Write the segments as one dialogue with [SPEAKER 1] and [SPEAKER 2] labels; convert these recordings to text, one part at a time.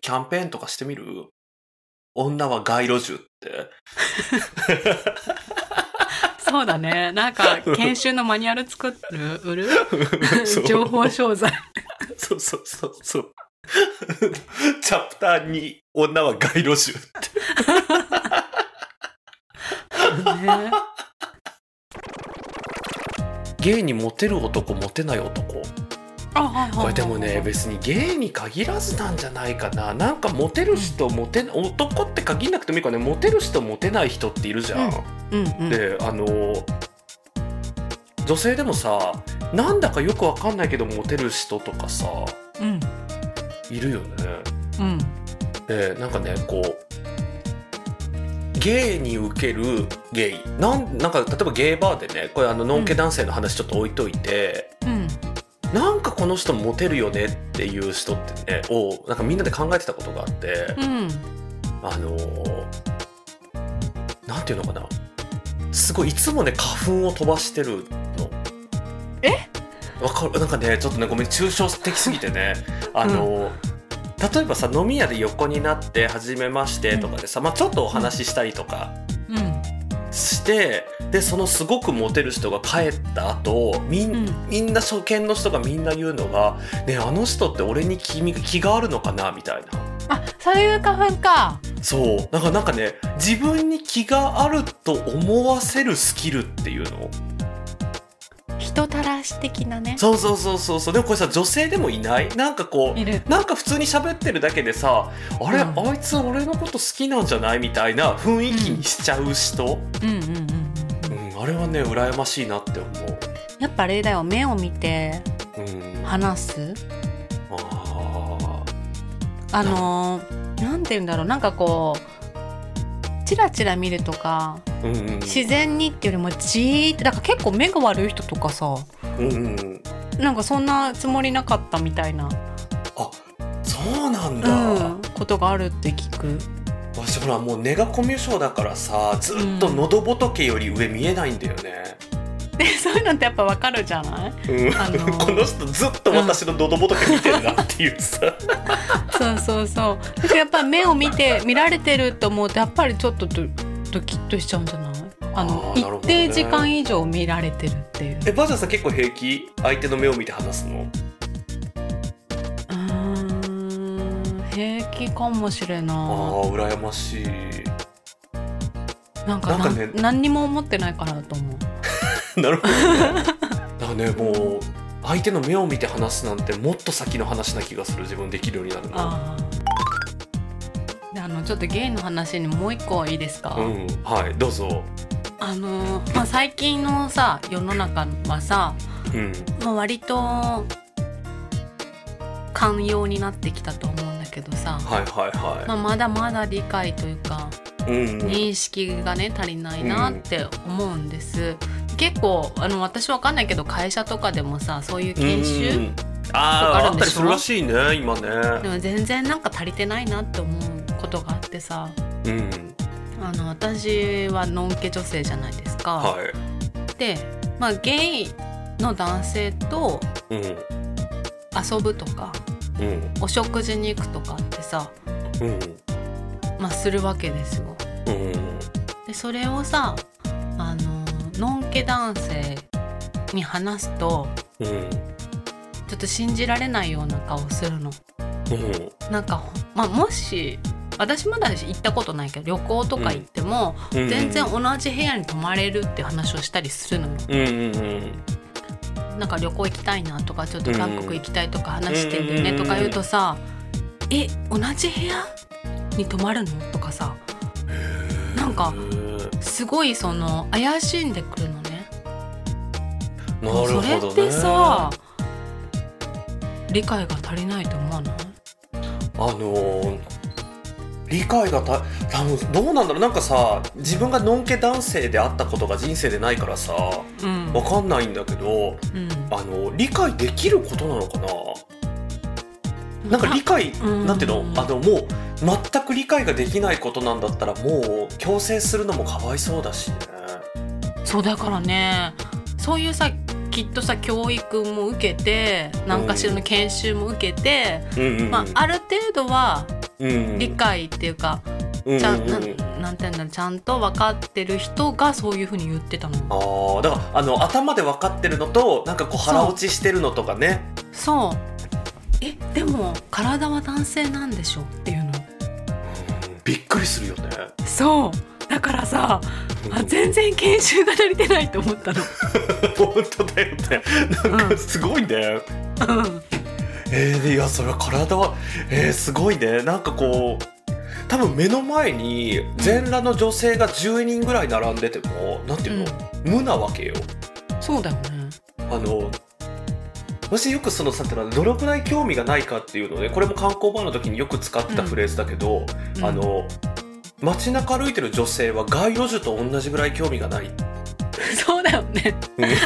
[SPEAKER 1] キャンペーンとかしてみる女は街路樹って。
[SPEAKER 2] そうだね。なんか、研修のマニュアル作る、売る
[SPEAKER 1] そう
[SPEAKER 2] 情報商材。
[SPEAKER 1] そうそうそうそう。チャプター2、女は街路樹。
[SPEAKER 2] ね
[SPEAKER 1] ゲイにモテる男、モテない男。
[SPEAKER 2] あ、はいはいはい
[SPEAKER 1] これでもね、別にゲイに限らずなんじゃないかな。なんかモテる人、モテ、男って限んなくてもいいからね、モテる人、モテない人っているじゃん。
[SPEAKER 2] うんうん。
[SPEAKER 1] で、あの、女性でもさ、なんだかよくわかんないけどモテる人とかさ、
[SPEAKER 2] うん。
[SPEAKER 1] いるよね。
[SPEAKER 2] うん。
[SPEAKER 1] でなんかねこうゲイに受けるゲイなんなんか例えばゲイバーでねこれあののんけ男性の話ちょっと置いといて、
[SPEAKER 2] うん。
[SPEAKER 1] なんかこの人モテるよねっていう人ってねをなんかみんなで考えてたことがあって、
[SPEAKER 2] うん。
[SPEAKER 1] あのーなんていうのかなすごいいつもね花粉を飛ばしてるの。
[SPEAKER 2] え
[SPEAKER 1] わかるなんかねちょっとねごめん抽象的すぎて ねあのー例えばさ飲み屋で横になって「はじめまして」とかでさ、まあ、ちょっとお話ししたりとか
[SPEAKER 2] うん。
[SPEAKER 1] してでそのすごくモテる人が帰った後みん、
[SPEAKER 2] うん
[SPEAKER 1] みんな初見の人がみんな言うのが「ねえあの人って俺に君気があるのかな」みたいな。
[SPEAKER 2] あ、そういう花粉か。
[SPEAKER 1] そうなんかなんかね自分に気があると思わせるスキルっていうの
[SPEAKER 2] 人たらし的なね。
[SPEAKER 1] そうそうそうそうそうでもこれさ女性でもいないなんかこ
[SPEAKER 2] いる。
[SPEAKER 1] うなんか普通に喋ってるだけでさあれ、
[SPEAKER 2] うん
[SPEAKER 1] あいつ俺のこと好きなんじゃないみたいな雰囲気にしちゃう人、
[SPEAKER 2] うんうんうんうん。
[SPEAKER 1] うんあれはね羨ましいなって思う。
[SPEAKER 2] やっぱあれだよ。目を見て
[SPEAKER 1] うん、あ
[SPEAKER 2] 話す。
[SPEAKER 1] あ
[SPEAKER 2] あのー、なんて言うんだろう。なんかこう、チラチラ見るとか、
[SPEAKER 1] ーうんうん
[SPEAKER 2] 自然にっていうよりもじーって、だから結構目が悪い人とかさ、
[SPEAKER 1] うんうん
[SPEAKER 2] なんかそんなつもりなかったみたいな、
[SPEAKER 1] あそうなん
[SPEAKER 2] う
[SPEAKER 1] だ、
[SPEAKER 2] ん、ことがあるって聞 く。
[SPEAKER 1] 私ほらもう根がコミュ障だからさずっと喉仏より上見えないんだよね、
[SPEAKER 2] で、そういうのってやっぱわかるじゃない
[SPEAKER 1] うん
[SPEAKER 2] あの
[SPEAKER 1] この人ずっと私の喉仏見てるなっていうさ、
[SPEAKER 2] そうそうそう。だからやっぱ目を見て見られてると思うとやっぱりちょっとドドキッとしちゃうんじゃない？あの
[SPEAKER 1] あーなるほどね
[SPEAKER 2] 一定時間以上見られてるって いう。
[SPEAKER 1] えバージョンさん結構平気相手の目を見て話すの
[SPEAKER 2] うーん平気かもしれ
[SPEAKER 1] あ
[SPEAKER 2] な
[SPEAKER 1] あ羨ましい
[SPEAKER 2] い。なんかな
[SPEAKER 1] なんかね
[SPEAKER 2] 何にも思ってないからだと思う。
[SPEAKER 1] なるほどねだからねもう相手の目を見て話すなんてもっと先の話な気がする自分できるようになるの
[SPEAKER 2] ああ。であのちょっとゲイの話にもう一個いいですか？
[SPEAKER 1] うんはいどうぞ
[SPEAKER 2] あのまあ最近のさ世の中はさ、
[SPEAKER 1] うん
[SPEAKER 2] まあ、割と寛容になってきたと思うんだけどさ。
[SPEAKER 1] はいはいは
[SPEAKER 2] まあ、まだまだ理解というか
[SPEAKER 1] いうん
[SPEAKER 2] 認識がね足りないなって思うんです、結構あの私わかんないけど会社とかでもさそういう研修、
[SPEAKER 1] うんああ
[SPEAKER 2] とかある
[SPEAKER 1] あっ
[SPEAKER 2] ん
[SPEAKER 1] た
[SPEAKER 2] で
[SPEAKER 1] り
[SPEAKER 2] し
[SPEAKER 1] す
[SPEAKER 2] ょ
[SPEAKER 1] るらしいね今ね
[SPEAKER 2] でも全然なんか足りてないなって思うことがあってさ
[SPEAKER 1] うん
[SPEAKER 2] あの私はのんけ女性じゃないですか。
[SPEAKER 1] は
[SPEAKER 2] で、まあ、ゲイの男性と
[SPEAKER 1] いうん
[SPEAKER 2] 遊ぶとか
[SPEAKER 1] うん
[SPEAKER 2] お食事に行くとかってさ、
[SPEAKER 1] うん
[SPEAKER 2] まあ、するわけですよ。
[SPEAKER 1] うん
[SPEAKER 2] でそれをさあののんけ男性に話すと
[SPEAKER 1] うん
[SPEAKER 2] ちょっと信じられないような顔するの
[SPEAKER 1] うん
[SPEAKER 2] なんかほ、まあ、もし私まだ行ったことないけど旅行とか行っても、
[SPEAKER 1] うん
[SPEAKER 2] 全然同じ部屋に泊まれるって話をしたりするのよ
[SPEAKER 1] うんうんうん
[SPEAKER 2] なんか旅行行きたいなとかちょっと
[SPEAKER 1] うん
[SPEAKER 2] 韓国行きたいとか話してんだよねとか言うとさ「え同じ部屋に泊まるの?」とかさなんかすごいその怪しんでくるのね。
[SPEAKER 1] なるほど、ね、
[SPEAKER 2] それってさ理解が足りないと思わない
[SPEAKER 1] あのー理解がた多分どうなんだろうなんかさ自分がのんけ男性であったことが人生でないからさわ
[SPEAKER 2] うん
[SPEAKER 1] かんないんだけど
[SPEAKER 2] うん
[SPEAKER 1] あの理解できることなのかななんか理解
[SPEAKER 2] うん
[SPEAKER 1] なんていうのあのもう全く理解ができないことなんだったらもう強制するのもかわいそうだしね
[SPEAKER 2] そうだからねそういうさきっとさ教育も受けて何かしらの研修も受けて、
[SPEAKER 1] うんうんうん
[SPEAKER 2] まあ、ある程度は
[SPEAKER 1] うん
[SPEAKER 2] 理解っていうかちゃんなんなんていうんだろうちゃんと分かってる人がそういうふうに言ってたの
[SPEAKER 1] あーだからあの頭で分かってるのとなんかこう腹落ちしてるのとかね
[SPEAKER 2] そうえでも体は男性なんでしょっていうの
[SPEAKER 1] うんびっくりするよね
[SPEAKER 2] そうだからさあ全然研修が足りてないと思ったの
[SPEAKER 1] 本当だよねなん
[SPEAKER 2] う
[SPEAKER 1] か
[SPEAKER 2] ん
[SPEAKER 1] すごいね、
[SPEAKER 2] うん
[SPEAKER 1] えーでいやそれは体はえーすごいねなんかこう多分目の前に全裸の女性が10人ぐらい並んでても、なんていうの、無なわけよ
[SPEAKER 2] そうだよね
[SPEAKER 1] あの私よくそのさてのはどのくらい興味がないかっていうのでこれも観光バーの時によく使ってたフレーズだけど、
[SPEAKER 2] うん
[SPEAKER 1] あの街中歩いてる女性は街路樹と同じぐらい興味が ない。
[SPEAKER 2] そうだよね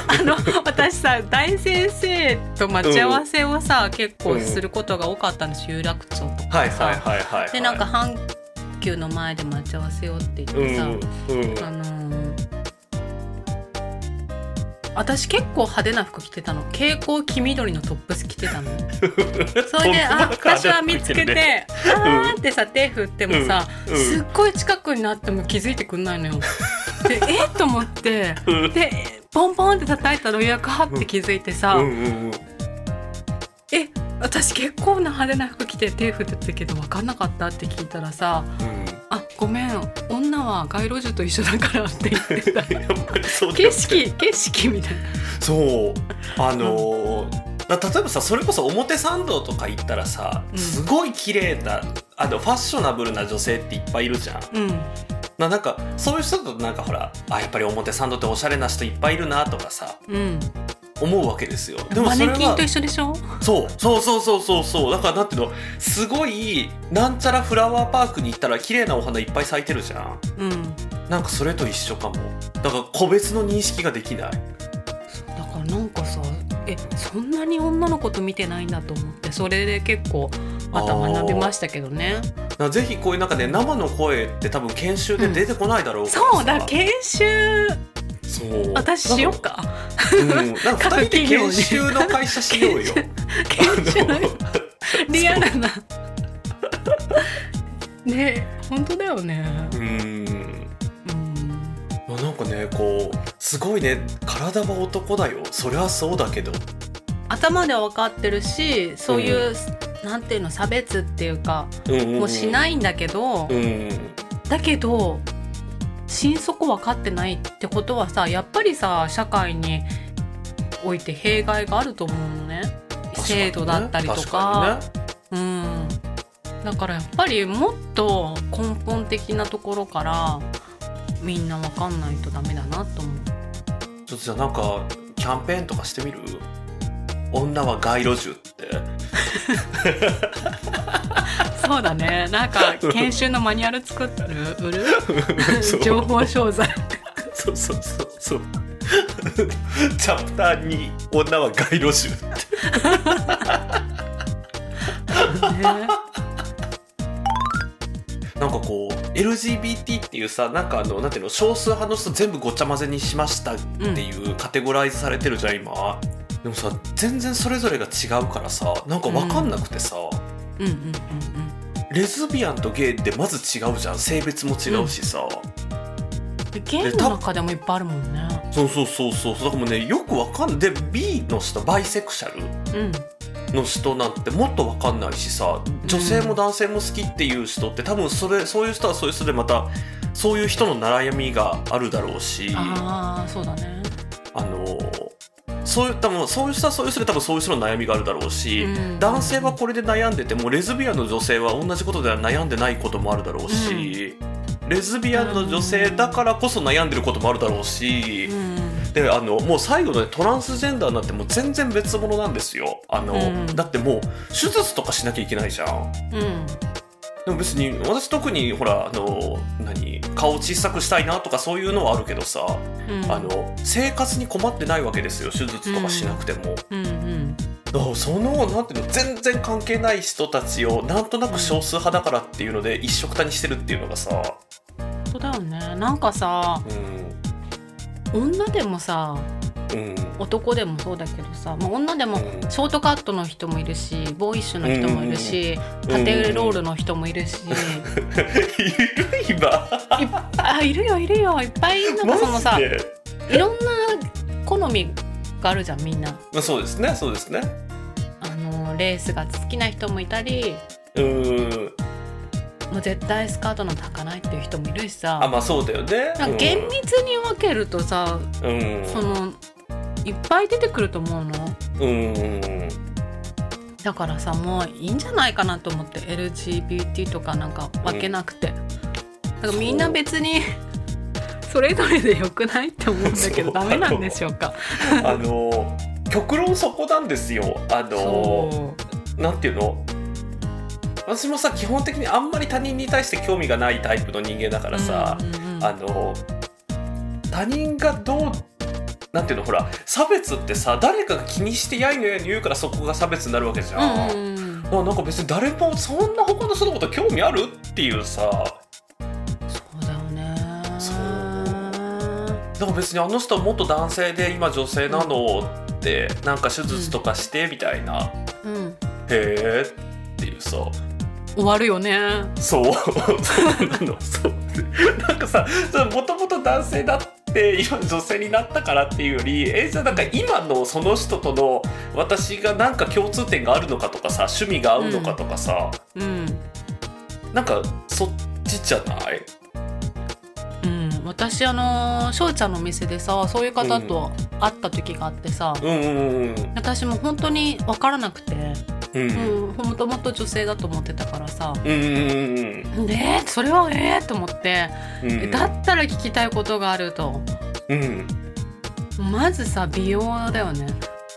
[SPEAKER 2] あの私さ大先生と待ち合わせをさ、結構することが多かったんです有楽町とか
[SPEAKER 1] はい
[SPEAKER 2] さ、
[SPEAKER 1] はいはいはい、はい。
[SPEAKER 2] でなんか阪急の前で待ち合わせようって言っ
[SPEAKER 1] うん
[SPEAKER 2] てさ、
[SPEAKER 1] うん
[SPEAKER 2] あのー私結構派手な服着てたの蛍光黄緑のトップス着 てたのそれであ私は見つけて、あーってさ手振ってもさ、
[SPEAKER 1] うん
[SPEAKER 2] すっごい近くになっても気づいてくんないのよ。でえっと思って
[SPEAKER 1] うん
[SPEAKER 2] でポンポンって叩いたらようやくはって気づいてさ、
[SPEAKER 1] うんうんうん
[SPEAKER 2] え私結構な派手な服着て手振ってたけど分かんなかったって聞いたらさ「あごめん女は街路樹と一緒だから」って言ってた
[SPEAKER 1] やっぱりそうだ
[SPEAKER 2] 景
[SPEAKER 1] よ
[SPEAKER 2] 色景色みたいな。
[SPEAKER 1] そうあのーだ例えばさそれこそ表参道とか行ったらさ
[SPEAKER 2] うん
[SPEAKER 1] すごい綺麗なあのファッショナブルな女性っていっぱいいるじゃん。
[SPEAKER 2] うん
[SPEAKER 1] ななんかそういう人となんかほらあやっぱり表参道っておしゃれな人いっぱいいるなとかさ
[SPEAKER 2] うん、
[SPEAKER 1] 思うわけですよ。でも
[SPEAKER 2] マ
[SPEAKER 1] それ
[SPEAKER 2] ネ
[SPEAKER 1] は
[SPEAKER 2] キンと一緒でしょ
[SPEAKER 1] そうそうそうそうそうそうだからなんていうのすごいなんちゃらフラワーパークに行ったら綺麗なお花いっぱい咲いてるじゃん
[SPEAKER 2] うん
[SPEAKER 1] なんかそれと一緒かもだから個別の認識ができない
[SPEAKER 2] だからなんかさえそんなに女の子と見てないんだと思ってそれで結構また学びましたけどね
[SPEAKER 1] だからぜひこういうなんかね生の声って多分研修で出てこないだろうからさ、
[SPEAKER 2] そうだ研修
[SPEAKER 1] そう
[SPEAKER 2] 私しよっか
[SPEAKER 1] なんかうんなんか2人で研修の会社しようよ
[SPEAKER 2] 研修の
[SPEAKER 1] あの
[SPEAKER 2] リアルな ね本当だよね
[SPEAKER 1] うん
[SPEAKER 2] うん
[SPEAKER 1] まあなんかねこうすごいね体は男だよそりゃそうだけど
[SPEAKER 2] 頭では分かってるしそういう、なんていうの差別っていうかもうし
[SPEAKER 1] い
[SPEAKER 2] ないんだけど、
[SPEAKER 1] うん
[SPEAKER 2] だけど心底分かってないってことはさやっぱりさ社会において弊害があると思うのね制度だったりとか
[SPEAKER 1] 確かにね
[SPEAKER 2] うん、だからやっぱりもっと根本的なところからみんな分かんないとダメだなと思う。
[SPEAKER 1] ちょっとじゃあなんかキャンペーンとかしてみる女は街路樹 って
[SPEAKER 2] そうだねなん か研修のマニュアル作ってる売る
[SPEAKER 1] そう
[SPEAKER 2] 情報 商材
[SPEAKER 1] そうそうそうそうチャプターに女は街路樹
[SPEAKER 2] ね。
[SPEAKER 1] なんかこう LGBT っていうさなんかあのなんていうの少数派の人全部ごちゃ混ぜにしましたっていうカテゴライズされてるじゃん今、でもさ全然それぞれが違うからさなんか分かんなくてさ、
[SPEAKER 2] うんうんうんうん
[SPEAKER 1] レズビアンとゲイってまず違うじゃん性別も違うしさ、
[SPEAKER 2] ゲームの中でもいっぱいあるもんね。
[SPEAKER 1] そうそうそうそうだからもうねよく分かんで B の人バイセクシャル
[SPEAKER 2] うん。
[SPEAKER 1] の人なんてもっと分かんないしさ女性も男性も好きっていう人って多分それそういう人はそういう人でまたそういう人の悩みがあるだろうし
[SPEAKER 2] ああ、そうだね。
[SPEAKER 1] あのそういう多分そういう人はそういう人で多分そういう人の悩みがあるだろうし、
[SPEAKER 2] うん
[SPEAKER 1] 男性はこれで悩んでてもレズビアンの女性は同じことでは悩んでないこともあるだろうし、レズビアンの女性だからこそ悩んでることもあるだろうし、
[SPEAKER 2] うん。
[SPEAKER 1] であのもう最後のねトランスジェンダーなんてもう全然別物なんですよあの、
[SPEAKER 2] うん
[SPEAKER 1] だってもう手術とかしなきゃいけないじゃん。
[SPEAKER 2] うん。
[SPEAKER 1] でも別に私特にほらあの何顔を小さくしたいなとかそういうのはあるけどさ、
[SPEAKER 2] うん。
[SPEAKER 1] あ。の生活に困ってないわけですよ手術とかしなくても、
[SPEAKER 2] うんうん。
[SPEAKER 1] だからそのなんていうの全然関係ない人たちをなんとなく少数派だからっていうので一緒くたにしてるっていうのがさ、
[SPEAKER 2] そうだよね。なんかさ、
[SPEAKER 1] うん
[SPEAKER 2] 女でもさ、
[SPEAKER 1] うん
[SPEAKER 2] 男でもそうだけどさ、まあ、女で
[SPEAKER 1] う
[SPEAKER 2] も
[SPEAKER 1] ん
[SPEAKER 2] ショートカットの人もいるしボーイッシュの人もいるし、
[SPEAKER 1] ん
[SPEAKER 2] 縦ロールの人もいるし、
[SPEAKER 1] いる今
[SPEAKER 2] いっ あいるよいるよいっぱいなんかそのさ
[SPEAKER 1] マジ
[SPEAKER 2] い
[SPEAKER 1] で
[SPEAKER 2] ろんな好みがあるじゃんみんな
[SPEAKER 1] まあそうですねそうですね
[SPEAKER 2] あのレースが好きな人もいたり
[SPEAKER 1] うーん
[SPEAKER 2] もう絶対スカートの高ないっていう人もいるし
[SPEAKER 1] あ
[SPEAKER 2] さ
[SPEAKER 1] まあそうだよね
[SPEAKER 2] なんか厳密に分けるとさ
[SPEAKER 1] うん
[SPEAKER 2] そのいっぱい出てくると思うの
[SPEAKER 1] うんうん
[SPEAKER 2] だからさもういいんじゃないかなと思って LGBT とかなんか分けなくて、だからみんな別にそれぞれでよくないって思うんだけ
[SPEAKER 1] そ
[SPEAKER 2] ど
[SPEAKER 1] う
[SPEAKER 2] ダメなんでしょうか
[SPEAKER 1] あの極論そこなんですよあの
[SPEAKER 2] そう
[SPEAKER 1] なんていうの私もさ基本的にあんまり他人に対して興味がないタイプの人間だからさ、
[SPEAKER 2] うんうんうん
[SPEAKER 1] あの他人がどうなんていうのほら差別ってさ誰かが気にしてやいのやいの言うからそこが差別になるわけじゃん。
[SPEAKER 2] うんうんうん
[SPEAKER 1] あなんか別に誰もそんな他の人のこと興味あるっていうさ
[SPEAKER 2] そうだよね
[SPEAKER 1] そうなんか別にあの人は元男性で今女性なのってなんか手術とかしてみたいな、へ
[SPEAKER 2] うん
[SPEAKER 1] えっていうさ
[SPEAKER 2] 終わるよね
[SPEAKER 1] そうそうなのそうなんかさもともと男性だって今女性になったからっていうよりえじゃあなんか今のその人との私がなんか共通点があるのかとかさ趣味が合うのかとかさ、
[SPEAKER 2] うん
[SPEAKER 1] なんかそっちじゃない
[SPEAKER 2] うん私あの翔ちゃんのお店でさそういう方と会った時があってさ、
[SPEAKER 1] うんうんうん
[SPEAKER 2] 私も本当に分からなくて、
[SPEAKER 1] うんうん
[SPEAKER 2] うん、もともと女性だと思ってたからさ
[SPEAKER 1] うんうんうん
[SPEAKER 2] でそれはええと思って、
[SPEAKER 1] うん
[SPEAKER 2] だったら聞きたいことがあると
[SPEAKER 1] うん
[SPEAKER 2] まずさ美容だ よね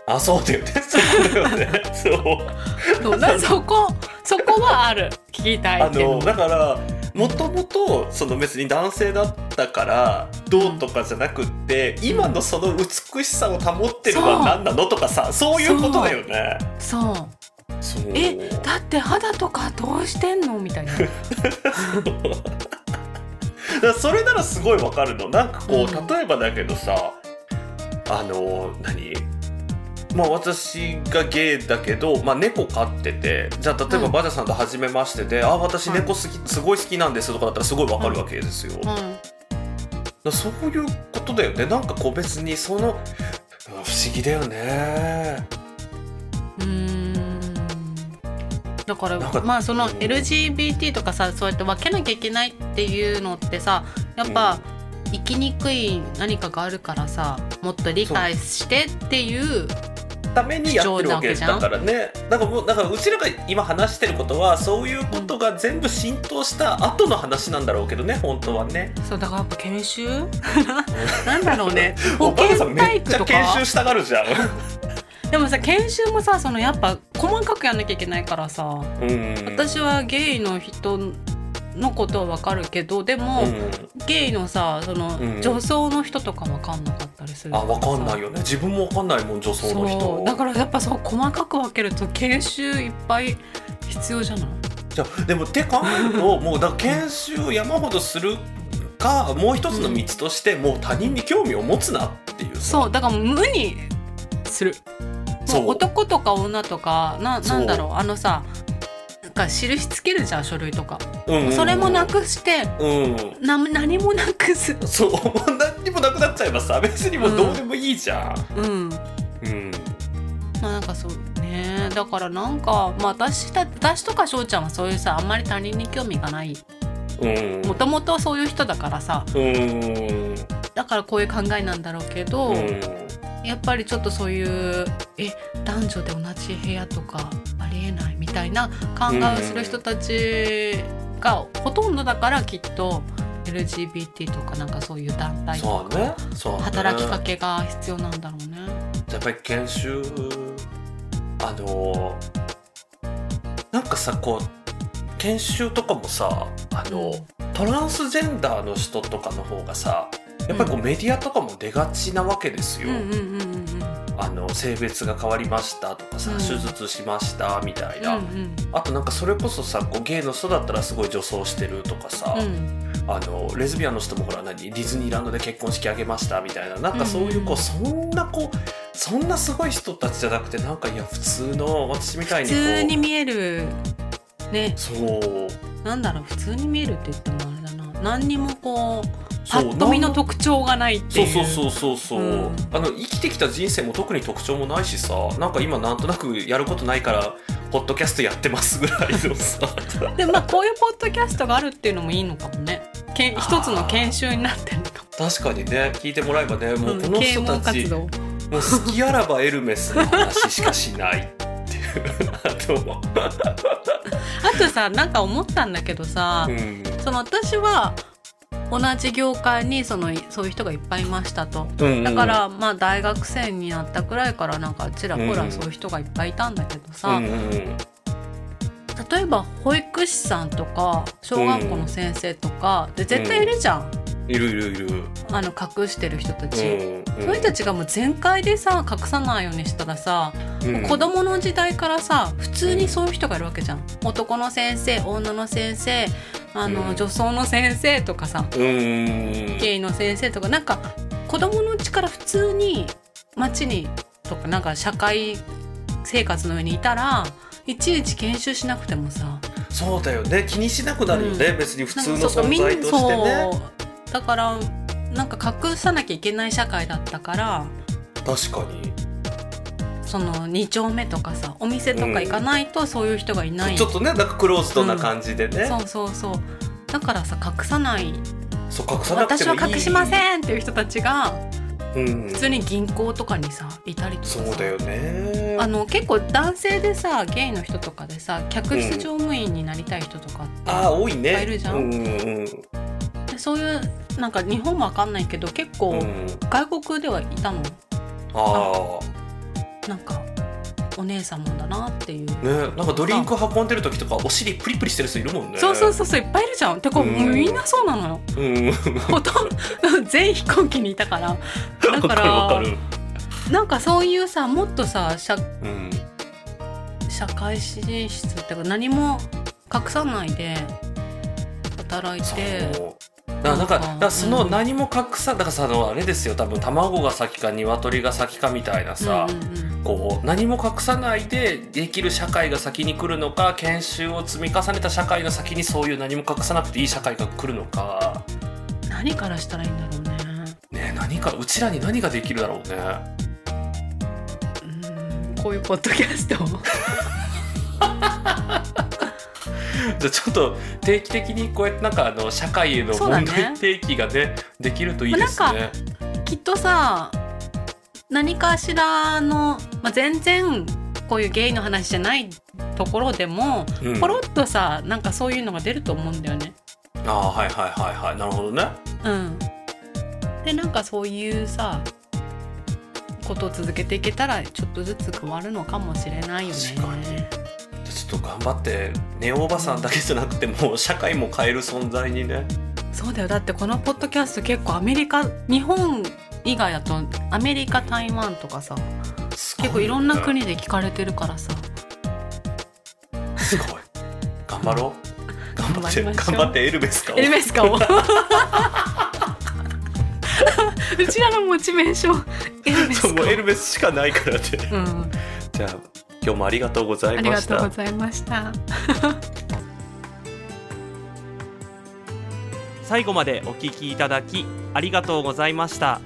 [SPEAKER 1] あそうだよね そうだよねそう
[SPEAKER 2] そうだそこそこはある聞きた
[SPEAKER 1] あ
[SPEAKER 2] いけ
[SPEAKER 1] の
[SPEAKER 2] ど
[SPEAKER 1] だからもともとその別に男性だったからどうとかじゃなくって、今のその美しさを保ってるの
[SPEAKER 2] そう
[SPEAKER 1] は何なのとかさそういうことだよね。
[SPEAKER 2] そう
[SPEAKER 1] そう
[SPEAKER 2] えだって肌とかどうしてんの みたいな
[SPEAKER 1] だからそれならすごいわかるのなんかこう、
[SPEAKER 2] うん
[SPEAKER 1] 例えばだけどさあの何まあ私がゲイだけど、まあ、猫飼っててじゃあ例えば
[SPEAKER 2] うん
[SPEAKER 1] バジャさんと初めましてで「あ私
[SPEAKER 2] はい
[SPEAKER 1] 猫好きすごい好きなんです」とかだったらすごいわかるわけですよ。
[SPEAKER 2] うん
[SPEAKER 1] だそういうことだよねなんかこう別にその不思議だよね
[SPEAKER 2] うーんだから
[SPEAKER 1] なんか
[SPEAKER 2] まあその
[SPEAKER 1] うん
[SPEAKER 2] LGBT とかさそうやって分けなきゃいけないっていうのってさやっぱ生きにくい何かがあるからさもっと理解してっていう
[SPEAKER 1] ためにやってるわけだ
[SPEAKER 2] 貴重なわけじゃん
[SPEAKER 1] からねだからもうだからうちらが今話してることはそういうことが全部浸透した後の話なんだろうけどね本当はね
[SPEAKER 2] そうだからやっぱ研修 なんだろうね
[SPEAKER 1] お
[SPEAKER 2] 保
[SPEAKER 1] ばあさん
[SPEAKER 2] 険
[SPEAKER 1] め
[SPEAKER 2] 体
[SPEAKER 1] っち
[SPEAKER 2] 育
[SPEAKER 1] ゃ
[SPEAKER 2] と
[SPEAKER 1] 研
[SPEAKER 2] か
[SPEAKER 1] 修したがるじゃん
[SPEAKER 2] でもさ研修もさそのやっぱ細かくやんなきゃいけないからさ
[SPEAKER 1] うん
[SPEAKER 2] 私はゲイの人のことは分かるけどでも、
[SPEAKER 1] うん、
[SPEAKER 2] ゲイのさその、
[SPEAKER 1] うん
[SPEAKER 2] 女装の人とか分かんなかったりする
[SPEAKER 1] あわかんないよね自分もわかんないもん女装の人
[SPEAKER 2] そうだからやっぱそう細かく分けると研修いっぱい必要じゃない
[SPEAKER 1] じゃあでもって考えるともうだから研修を山ほどするかもう一つの道として、もう他人に興味を持つなっていうさ
[SPEAKER 2] そうだから無にするもう男とか女とかな
[SPEAKER 1] そう
[SPEAKER 2] なんだろうあのさなんか印つけるじゃん書類とか、
[SPEAKER 1] うんうん
[SPEAKER 2] それもなくして
[SPEAKER 1] うん
[SPEAKER 2] な何もなくす
[SPEAKER 1] そうもう何にもなくなっちゃいます別にもうどうでもいいじゃん
[SPEAKER 2] うん
[SPEAKER 1] うん
[SPEAKER 2] まあなんかそうねだからなんか、まあ、私だ私とか翔ちゃんはそういうさあんまり他人に興味がない
[SPEAKER 1] うん
[SPEAKER 2] もともとそういう人だからさ
[SPEAKER 1] うん
[SPEAKER 2] だからこういう考えなんだろうけど、
[SPEAKER 1] うん
[SPEAKER 2] やっぱりちょっとそういうえ男女で同じ部屋とかありえないみたいな考えをする人たちがほとんどだからきっと LGBT とかなんかそういう団体と
[SPEAKER 1] そうねそうね
[SPEAKER 2] 働きかけが必要なんだろうね。
[SPEAKER 1] やっぱり研修あのなんかさこう研修とかもさあの、トランスジェンダーの人とかの方がさやっぱりこうメディアとかも出がちなわけです
[SPEAKER 2] う
[SPEAKER 1] よ、
[SPEAKER 2] んうんうんうんうん
[SPEAKER 1] あの性別が変わりましたとかさ、
[SPEAKER 2] うん
[SPEAKER 1] 手術しましたみたい
[SPEAKER 2] うん
[SPEAKER 1] な、あとなんかそれこそさこうゲイの人だったらすごい女装してるとかさ、
[SPEAKER 2] うんうん
[SPEAKER 1] あのレズビアンの人もほら何ディズニーランドで結婚式あげましたみたいななんかそういうこう、
[SPEAKER 2] うん
[SPEAKER 1] そんなこうそんなすごい人たちじゃなくてなんかいや普通の私みたい
[SPEAKER 2] 普
[SPEAKER 1] にこう
[SPEAKER 2] 通に見えるね
[SPEAKER 1] そう
[SPEAKER 2] なんだろう普通に見えるって言ってもあれだな何にもこうパ
[SPEAKER 1] そう
[SPEAKER 2] ッと見
[SPEAKER 1] な
[SPEAKER 2] の
[SPEAKER 1] ん
[SPEAKER 2] 特徴がないって
[SPEAKER 1] そ
[SPEAKER 2] いうう
[SPEAKER 1] そうそうそうそう、
[SPEAKER 2] うん
[SPEAKER 1] あの生きてきた人生も特に特徴もないしさなんか今なんとなくやることないからポッドキャストやってますぐらいのさ
[SPEAKER 2] でまあこういうポッドキャストがあるっていうのもいいのかもねけん
[SPEAKER 1] あー
[SPEAKER 2] 一つの研修になってるのか
[SPEAKER 1] 確かにね聞いてもらえばねもうこの
[SPEAKER 2] 啓
[SPEAKER 1] 人
[SPEAKER 2] 蒙
[SPEAKER 1] たち、
[SPEAKER 2] 活動
[SPEAKER 1] もう好きあらばエルメスの話しかしないっていうあと、
[SPEAKER 2] あとさなんか思ったんだけどさ、
[SPEAKER 1] うん、
[SPEAKER 2] その私は同じ業界にそのそういう人がいっぱいいましたとだから、まあ大学生になったくらいからなんかちらほらそういう人がいっぱいいたんだけどさ、
[SPEAKER 1] うんうんうん
[SPEAKER 2] 例えば保育士さんとか小学校の先生とかで絶対いるじゃん、
[SPEAKER 1] いるいるいる、
[SPEAKER 2] あの隠してる人たち。
[SPEAKER 1] うんうん
[SPEAKER 2] そういう人たちがもう全開でさ隠さないようにしたらさ、
[SPEAKER 1] うん
[SPEAKER 2] 子供の時代からさ普通にそういう人がいるわけじゃん男の先生女の先生あの、
[SPEAKER 1] うん
[SPEAKER 2] 女装の先生とかさ
[SPEAKER 1] うんうん
[SPEAKER 2] ゲイの先生とかなんか子供のうちから普通に街にとかなんか社会生活のようにいたらいちいち研修しなくてもさ
[SPEAKER 1] そうだよね気にしなくなるよね、別に普
[SPEAKER 2] なん
[SPEAKER 1] 通の
[SPEAKER 2] かそう
[SPEAKER 1] 存
[SPEAKER 2] かみん
[SPEAKER 1] 在としてね
[SPEAKER 2] そうだからなんか隠さなきゃいけない社会だったから
[SPEAKER 1] 確かに
[SPEAKER 2] その2丁目とかさお店とか行かないとそういう人がいない、
[SPEAKER 1] ちょっとねなんかクローズドな感じでね、
[SPEAKER 2] そうそうそうだからさ隠さない
[SPEAKER 1] そう隠さなくて
[SPEAKER 2] 私
[SPEAKER 1] も
[SPEAKER 2] はい
[SPEAKER 1] い
[SPEAKER 2] 隠しませんっていう人たちが
[SPEAKER 1] うん
[SPEAKER 2] 普通に銀行とかにさいたりとかさ
[SPEAKER 1] そうだよね
[SPEAKER 2] あの結構男性でさゲイの人とかでさ客室乗務員になりたい人とかって、
[SPEAKER 1] あー多いね
[SPEAKER 2] いっぱいいるじゃん
[SPEAKER 1] うんうんうん
[SPEAKER 2] でそういうなんか日本わかんないけど結構、
[SPEAKER 1] うん
[SPEAKER 2] 外国ではいたの
[SPEAKER 1] あ
[SPEAKER 2] なんかお姉さんもだなっていう、
[SPEAKER 1] あねなんかドリンク運んでる時とかお尻プリプリしてる人いるもんね
[SPEAKER 2] そうそうそうそういっぱいいるじゃんてか、
[SPEAKER 1] うん
[SPEAKER 2] みんなそうなのよ
[SPEAKER 1] うんうん
[SPEAKER 2] ほとんど 全飛行機にいたからだ
[SPEAKER 1] わ
[SPEAKER 2] か
[SPEAKER 1] かるわからる
[SPEAKER 2] なんかそういうさもっとさ社
[SPEAKER 1] うん
[SPEAKER 2] 社会進出っていうか何も隠さないで働いて
[SPEAKER 1] そうだからなんか
[SPEAKER 2] なん
[SPEAKER 1] だ
[SPEAKER 2] か
[SPEAKER 1] からその
[SPEAKER 2] うん
[SPEAKER 1] 何も隠さだからさあのあれですよ多分卵が先か鶏が先かみたいなさ、
[SPEAKER 2] うんうんうん
[SPEAKER 1] こう何も隠さないでできる社会が先に来るのか研修を積み重ねた社会の先にそういう何も隠さなくていい社会が来るのか、
[SPEAKER 2] 何からしたらいいんだろうね
[SPEAKER 1] ね、何かうちらに何ができるだろうね
[SPEAKER 2] うんこういうポッドキャストを
[SPEAKER 1] じゃあちょっと定期的にこうやってなんかあの社会への
[SPEAKER 2] そうだ
[SPEAKER 1] 問
[SPEAKER 2] ね
[SPEAKER 1] 題提起がねできるといいです
[SPEAKER 2] まあ
[SPEAKER 1] ね。
[SPEAKER 2] きっとさ何かしらの、まあ、全然こういうゲイの話じゃないところでも
[SPEAKER 1] うん
[SPEAKER 2] ポロッとさなんかそういうのが出ると思うんだよね。
[SPEAKER 1] ああはいはいはいはいなるほどね。
[SPEAKER 2] うん、でなんかそういうさことを続けていけたらちょっとずつ変わるのかもしれないよね。
[SPEAKER 1] 確かにじゃあちょっと頑張ってネオおばさんだけじゃなくてもう社会も変える存在にね。
[SPEAKER 2] そうだよだってこのポッドキャスト結構アメリカ日本以外だとアメリカ台湾とかさ結構いろんな国で聞かれてるからさ。
[SPEAKER 1] すごい。頑張ろう。頑張って
[SPEAKER 2] 頑張
[SPEAKER 1] 頑
[SPEAKER 2] りましょう
[SPEAKER 1] 張ってエルベスかを
[SPEAKER 2] エルメス かをうちらのモチベーションエルメ
[SPEAKER 1] そ
[SPEAKER 2] ス
[SPEAKER 1] う
[SPEAKER 2] か
[SPEAKER 1] もうエルメスしかないからで、ね。
[SPEAKER 2] うん、
[SPEAKER 1] じゃあ今日もありがとうござ
[SPEAKER 2] あ
[SPEAKER 1] い
[SPEAKER 2] り
[SPEAKER 1] ま
[SPEAKER 2] が
[SPEAKER 1] し
[SPEAKER 2] とう
[SPEAKER 1] た
[SPEAKER 2] ご。ざいました。
[SPEAKER 3] 最後までお聞きいただきありがとうございました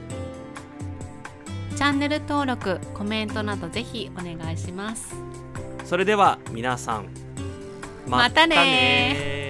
[SPEAKER 2] チャンネル登録、コメントなどぜひお願いします。
[SPEAKER 3] それでは皆さん
[SPEAKER 2] またね
[SPEAKER 3] またね